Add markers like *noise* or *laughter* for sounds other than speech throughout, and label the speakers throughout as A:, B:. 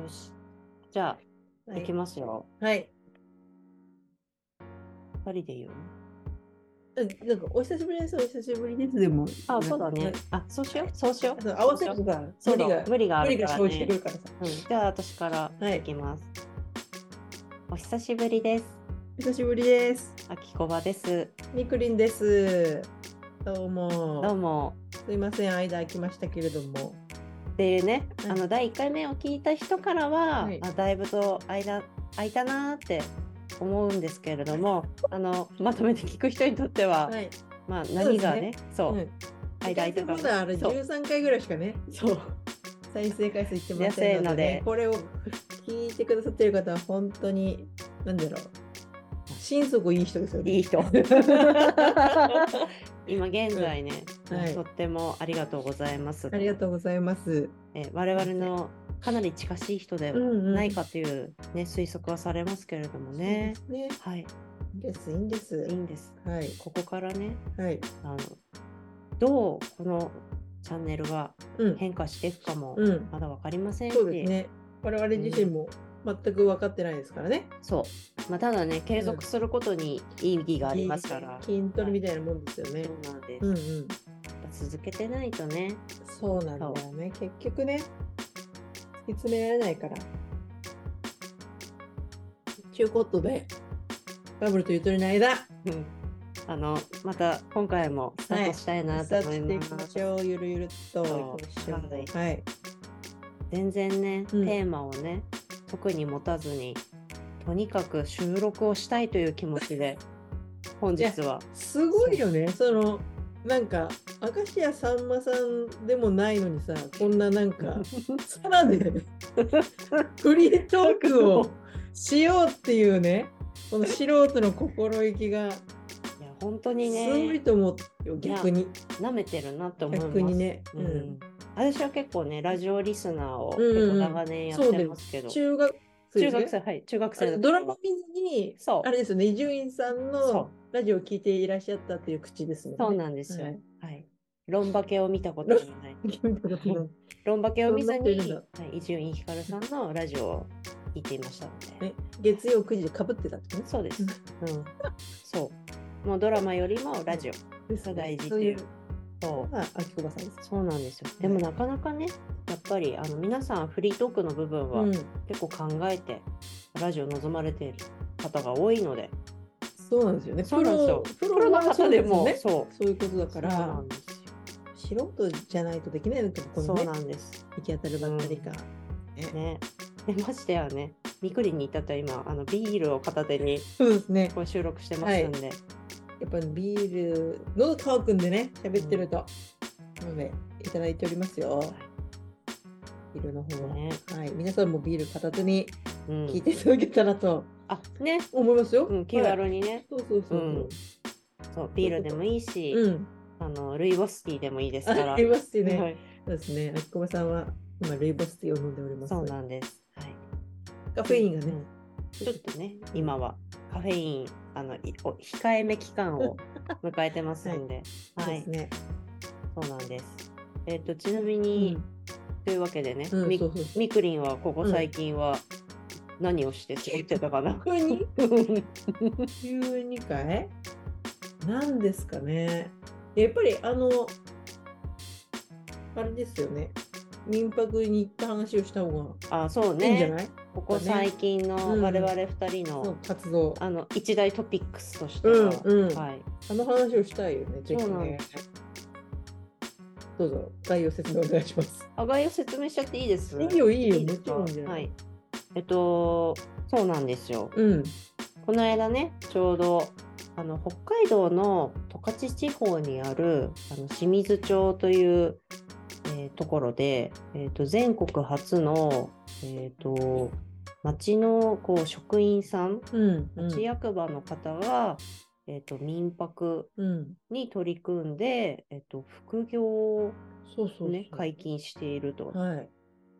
A: よし。じゃあ、
B: はい
A: いきますよ。
B: はい。
A: 二人で言うね。
B: うんなんか、お久しぶりです、お久しぶりです。でも、
A: あ、そうだね。あ、そうしよう。そうしよ
B: あ
A: う。
B: の合わせるとさ、
A: そ
B: 無
A: う
B: 理
A: だ
B: が、
A: 無理があ
B: 無理
A: るか
B: が
A: ら、
B: 生じてく
A: ね
B: るからさ。
A: うん。じゃあ、私から
B: はい
A: いきます。お久しぶりです。
B: お久しぶりです。
A: あきこばです。
B: みくりんです。どうも。
A: どうも。
B: すいません、間空きましたけれども。
A: でね、
B: うん
A: あの第1回目を聞いた人からは、
B: はい
A: あだいぶと間空いたなーって思うんですけれどもあのまとめて聞く人にとっては、
B: はい。
A: まあ何がねそう
B: うん。
A: 間空いたか
B: まだあれ、
A: そう
B: 十三回ぐらいしかね、
A: そう
B: 再生回数いってません
A: いませんの
B: のでね、
A: で
B: これを *laughs* 聞いてくださってる方は本当に、なんだろう。心底いい人ですよね。
A: いい
B: *laughs*
A: 人今現在ね、
B: うんはい
A: とってもありがとうございます
B: ありがとうございます。
A: え我々のかなり近しい人では
B: ん
A: ないかという、ね推測はされますけれどもね、
B: ね。
A: はい
B: いいです、いいんです
A: いい。んです
B: はい。
A: ここからね
B: はい。
A: あのどうこのチャンネルが
B: うん。
A: 変化していくかも
B: うん。
A: まだ分かりませんし、
B: そうですね。我々自身も全く分かってないですからね。
A: そうまあ、ただね継続することに意義がありますから、
B: 筋トレみたいなもんですよね。
A: そうなんです、
B: うんう
A: や
B: ん。
A: っぱ続けてないとね
B: そうなんだよね。結局ね、突き詰められないから。ちゅうことで、バブルとゆとりの間、
A: あのまた今回もスタートしたいな
B: ス
A: と
B: ター
A: 思
B: ト
A: い
B: してい
A: ます
B: き、ましょう。ゆるゆるっと。
A: そう
B: 今週も
A: はい
B: はい。
A: 全然ね、
B: うん
A: テーマをね特に持たずにとにかく収録をしたいという気持ち
B: *laughs*
A: で本日は
B: すごいよね。その、なんか、明石家さんまさんでもないのにさ、こんななん
A: *laughs*
B: か、さらで、 *laughs* フリートークをしようっていうね、この素人の心意気が、す
A: いや本当に
B: ごい
A: ね
B: と思うよ、逆に。
A: 舐めてるなって思います
B: 逆にね。
A: う
B: うん
A: ん、私は結構ねラジオリスナーを
B: うんうん
A: 結構長年やってますけど、
B: 中学生
A: 中学生はい中学
B: あ
A: 生
B: れ
A: の
B: ドラマ見ずに、
A: そう
B: あれですよね、伊集院さん
A: そ
B: のラジオを聞いていらっしゃったっていう口ですも
A: うそうん
B: ね。
A: なんですよ
B: はい
A: はいロンバケを見たことがない
B: *laughs*
A: ロンバケを見ず
B: そんな人いる
A: に
B: んだ
A: はい伊集院光さんのラジオを聞いていましたので
B: え月曜9時でかぶってたってね。
A: そうです、うん、そうもうドラマよりもラジオ
B: ですね
A: 大事って
B: そう
A: い
B: いうう。
A: そう
B: まあ、あきこばさんです。
A: そうなんですよでもなかなかねやっぱりあの皆さんフリートークの部分は、
B: うん、
A: 結構考えてラジオ望まれている方が多いので
B: そうなんですよね。
A: そうなんですよプ
B: プロ
A: ロの方でも
B: そうすよね
A: そう
B: そういうことだか
A: そうな
B: ら
A: ん、ですよ
B: 素人じゃないとできないのとこ
A: そ
B: の
A: う
B: ね
A: な、んです
B: 行き当たるばったりか。ね
A: ねでましてやねみくりんに至っては今あのビールを片手に
B: そうですね。
A: こう収録してますんで、
B: やっぱりビール、喉乾くんでね、喋ってると。なので、いただいておりますよ。ビールの方は。
A: ね
B: はい、皆さんもビール片手に
A: うん
B: 聞いていただけたらと
A: あね、
B: 思いますよ。
A: うん、気
B: はい
A: 軽にね、
B: そうそうそう。
A: うんそうビールでもいいし、
B: うん。
A: あのルイボスティーでもいいですから
B: ありますしね。
A: はい
B: そうですね。あきこばさんは今、ルイボスティーを飲んでおります。
A: そうなんです、はい、
B: カフェインがね。
A: うんちょっとね今はカフェインあのいお控えめ期間
B: *laughs*
A: を迎えてますんで、
B: そう
A: は
B: で
A: い
B: す、ね。
A: そうなんです。えっ、と、ちなみに、というわけでね、
B: うん、
A: み
B: そうそうそう
A: みくりんはここ最近は何をして過ごしてたかな、
B: *laughs* 急に
A: うん
B: 急にかい何ですかねやっぱりあのあれですよね民泊に行った話をした方が
A: あ、そうね。
B: いいんじゃない、
A: ここ最近
B: う
A: の
B: ん
A: 我々二人の、
B: そう活動あ
A: あの一大トピックスとしては、
B: うんうん
A: はい、
B: の話をしたいよねぜひ
A: そうなん
B: ね
A: で
B: どうぞ概要説明お願いします
A: あがいを説明しちゃっていいです。
B: いいよいいよ
A: ですか
B: もちろんじゃない
A: はい。えっと、そうなんですよ。
B: うん
A: この間ね、ちょうどあの北海道の十勝地方にあるあの清水町という、えーところで、えー、と全国初の、えー、と町のこう職員さん、
B: うんう
A: 町
B: ん
A: 役場の方が、えー、と民泊
B: うん
A: に取り組んで、えー、と副業を、
B: そうそうそう
A: ね、解禁していると
B: はい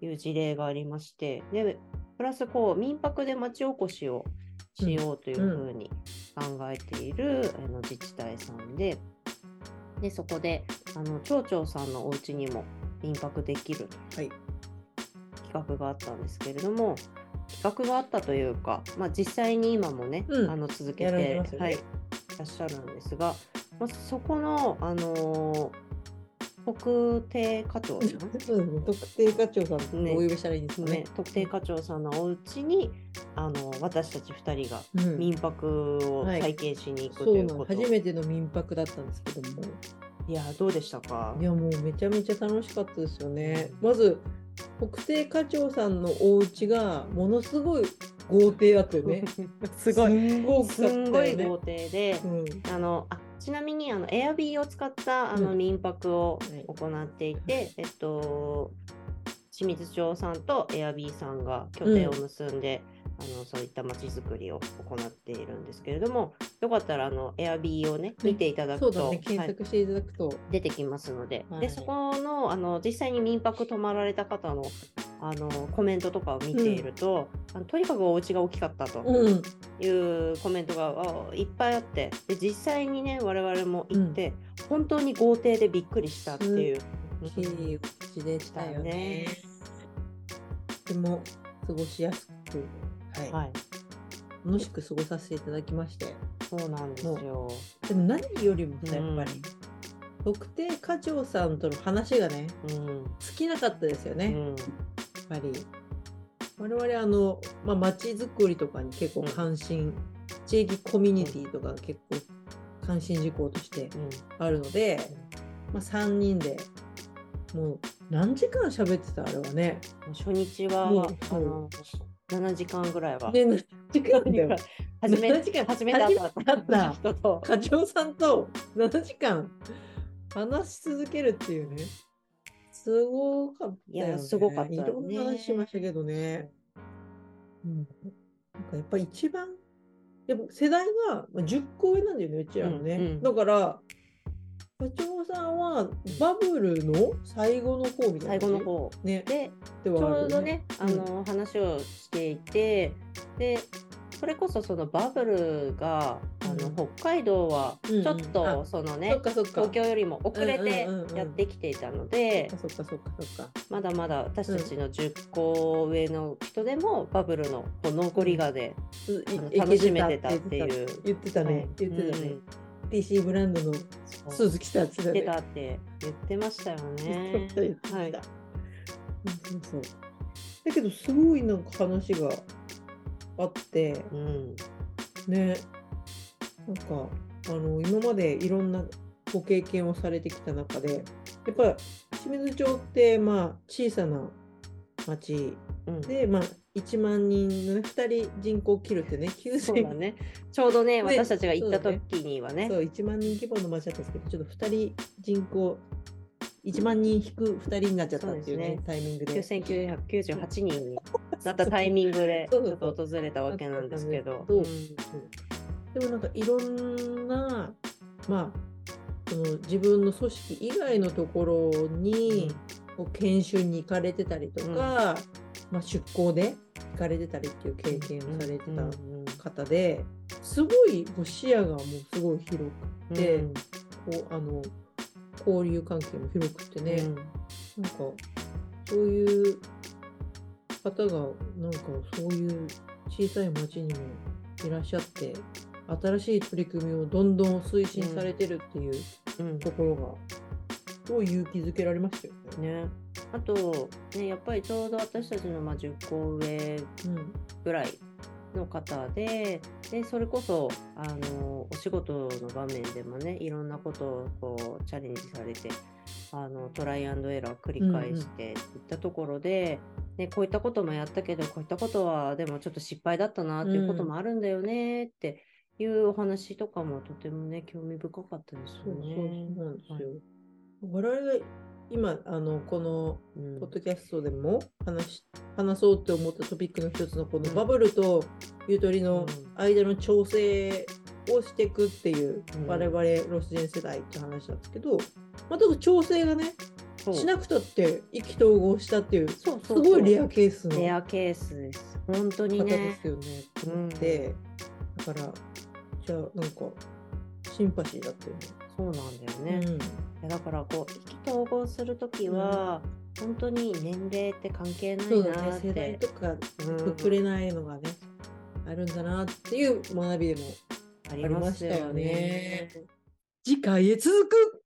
A: いう事例がありましてでプラスこう民泊で町おこしをしようというふうに考えている、あの自治体さんででそこであの町長さんのお家にも民泊できると
B: はい
A: 企画があったんですけれども企画があったというか、まあ、実際に今もね、
B: うん
A: あの続け
B: や
A: て、
B: られてますよね
A: はい、いらっしゃるんですが、まあ、そこの、あのー特定課長さん
B: *laughs* そうですね。特定課長さんと
A: ね
B: お呼びしたらいいんですかね
A: ね。、特定課長さんのお家にあの私たち2人が
B: うん
A: 民泊を
B: はい
A: 体験しに行く
B: そ
A: というう
B: なの
A: こと、
B: 初めての民泊だったんですけども
A: いやどうでしたか
B: いやもうめちゃめちゃ楽しかったですよねまず特定課長さんのお家がものすごい豪邸だったよね
A: *laughs* すごい
B: すんごい大き
A: す
B: かっ
A: んご
B: た
A: い
B: よね
A: 豪邸で、
B: うん
A: あのあちなみにあの Airb を使ったあの
B: うん
A: 民泊を
B: はい
A: 行っていて、えっと清水町さんと Airb さんが拠点を結んで、あのそういったまちづくりを行っているんですけれどもよかったらあの Airb をね見ていただ
B: そう
A: く
B: だ
A: と、
B: ね
A: は
B: 検
A: い
B: 索していただくと、
A: 出てきますので、
B: はい
A: でそこのあの実際に民泊泊まられた方のあのコメントとかを見ていると、あのとにかくお家が大きかったと
B: うん
A: いうコメントがあいっぱいあってで実際にね我々も行って、本当に豪邸でびっくりしたっていう。
B: 綺麗口でした
A: だ
B: よね
A: ね
B: とても過ごしやすく、はい
A: はい、
B: 楽しく過ごさせていただきまして
A: そうなんですよ。
B: でも何よりもさや
A: う
B: っ
A: ん
B: ぱり、特定課長さんとの話がね
A: うん、
B: 尽きなかったですよね、
A: う
B: やっ
A: ん、
B: ぱり我々あのまあ町づくりとかに結構関心、地域コミュニティとか結構関心事項としてあるので、まあ、3人でもう何時間喋ってたあれはね。
A: もう初日は、
B: もう
A: あの7時間ぐらいは、
B: ね何時間だよ
A: 初め
B: 7時間
A: 初めて会
B: 初めて会っ
A: った
B: た
A: 人と
B: 課長さんと7時間話し続けるっていうね。すごかったよ、ね。
A: いやすごかった
B: い
A: よね
B: ろんな話しましたけどね。うん。なんかやっぱり一番、でも世代がまあ10個上なんだよね、うちらのね。
A: うんうん
B: だから、課長さんはバブルの最後の方みた
A: 最
B: いな。
A: 後の。方
B: ね。
A: でち
B: ではある
A: ょ
B: よ
A: うどね、
B: う
A: あ
B: ん
A: の話をしていてでそれこそそのバブルが、あ
B: うん
A: の北海道は
B: うんうん
A: ちょっ
B: あ
A: とそのね、
B: そっかそっか。
A: 東京よりも遅れて
B: うんうんうんうん
A: やってきていたので、
B: そっかそっかそっかそっか。
A: まだまだ私たちの10個上の人でもバブルのこう残りがで、あの楽しめてたって
B: う。
A: いう。
B: 言ってたね、
A: はい
B: 言ってたね、
A: うん
B: TC ブランドの
A: そう
B: 鈴木さんって
A: 言って
B: 言
A: た
B: っ
A: って言ってましたよ
B: 言 *laughs*
A: ね
B: ってた言って。た
A: はい、
B: そうそうそうだけどすごいなんか話があって
A: うん、
B: ねなんかあの今までいろんなご経験をされてきた中でやっぱ清水町ってまあ小さな町
A: うん、
B: で、まあ、1万人の、ね、2人人口を切るってね
A: そうだ
B: 9000
A: ね。 *laughs* ちょうどね、
B: ね
A: 私たちが行った
B: そうだね
A: 時にはね
B: そ。う1万人規模の町だったんですけどちょっと2人人口1万人引く2人になっちゃったってい
A: そう
B: うね
A: ですね
B: タイミングで
A: 9998人になったタイミングでち
B: そうそ
A: ょ
B: う
A: っと訪れたわけなんですけど、
B: そう
A: うん
B: でもなんかいろんなまあその自分の組織以外のところに、こう研修に行かれてたりとか、
A: うん
B: まあ、出向で行かれてたりっていう経験をされてた方ですごいこう視野がもうすごい広くて、
A: うん
B: こうあの交流関係も広くてね、
A: うん
B: なんか、そういう方が、なんかそういう小さい町にもいらっしゃって、新しい取り組みをどんどん推進されてるっていう
A: うん
B: ところが、すごい勇気づけられましたよね。
A: ね、あと、ね、やっぱりちょうど私たちのまあ10個上ぐらいの方ででそれこそあのお仕事の場面でもねいろんなことをこうチャレンジされてあのトライアンドエラー繰り返していったところで、ね、こういったこともやったけどこういったことはでもちょっと失敗だったなっていうこともあるんだよねっていうお話とかもとてもね興味深かったです
B: そ
A: よ
B: うそう
A: ね。
B: そうなんですよ。
A: はい
B: 我々が今、あの、この
A: うん
B: ポッドキャストでも話し話そうって思ったトピックの一つのこの
A: うん
B: バブルとゆとり
A: う
B: の
A: ん
B: 間の調整をしていくっていう
A: うん
B: 我々ロスジェン世代って話なんですけどまた調整がね
A: そう
B: しなくたって意気投合したっていうす
A: そうそうそう
B: ごいレアケースの
A: レ
B: 方
A: アケースです。本当に
B: で
A: ね。
B: すよねと
A: う
B: 思
A: ん
B: ってだからじゃあなんかシンパシーだったよ
A: そうなんだよね。
B: ね。
A: いやだからこう意気投合する時は、本当に年齢って関係な
B: そ
A: いうな
B: だね
A: っ
B: 世代
A: て。
B: とか
A: うん
B: くくれないのがね、あるんだなっていう学びでも
A: あ
B: ありましたよね
A: りましたよね
B: 次回へ続く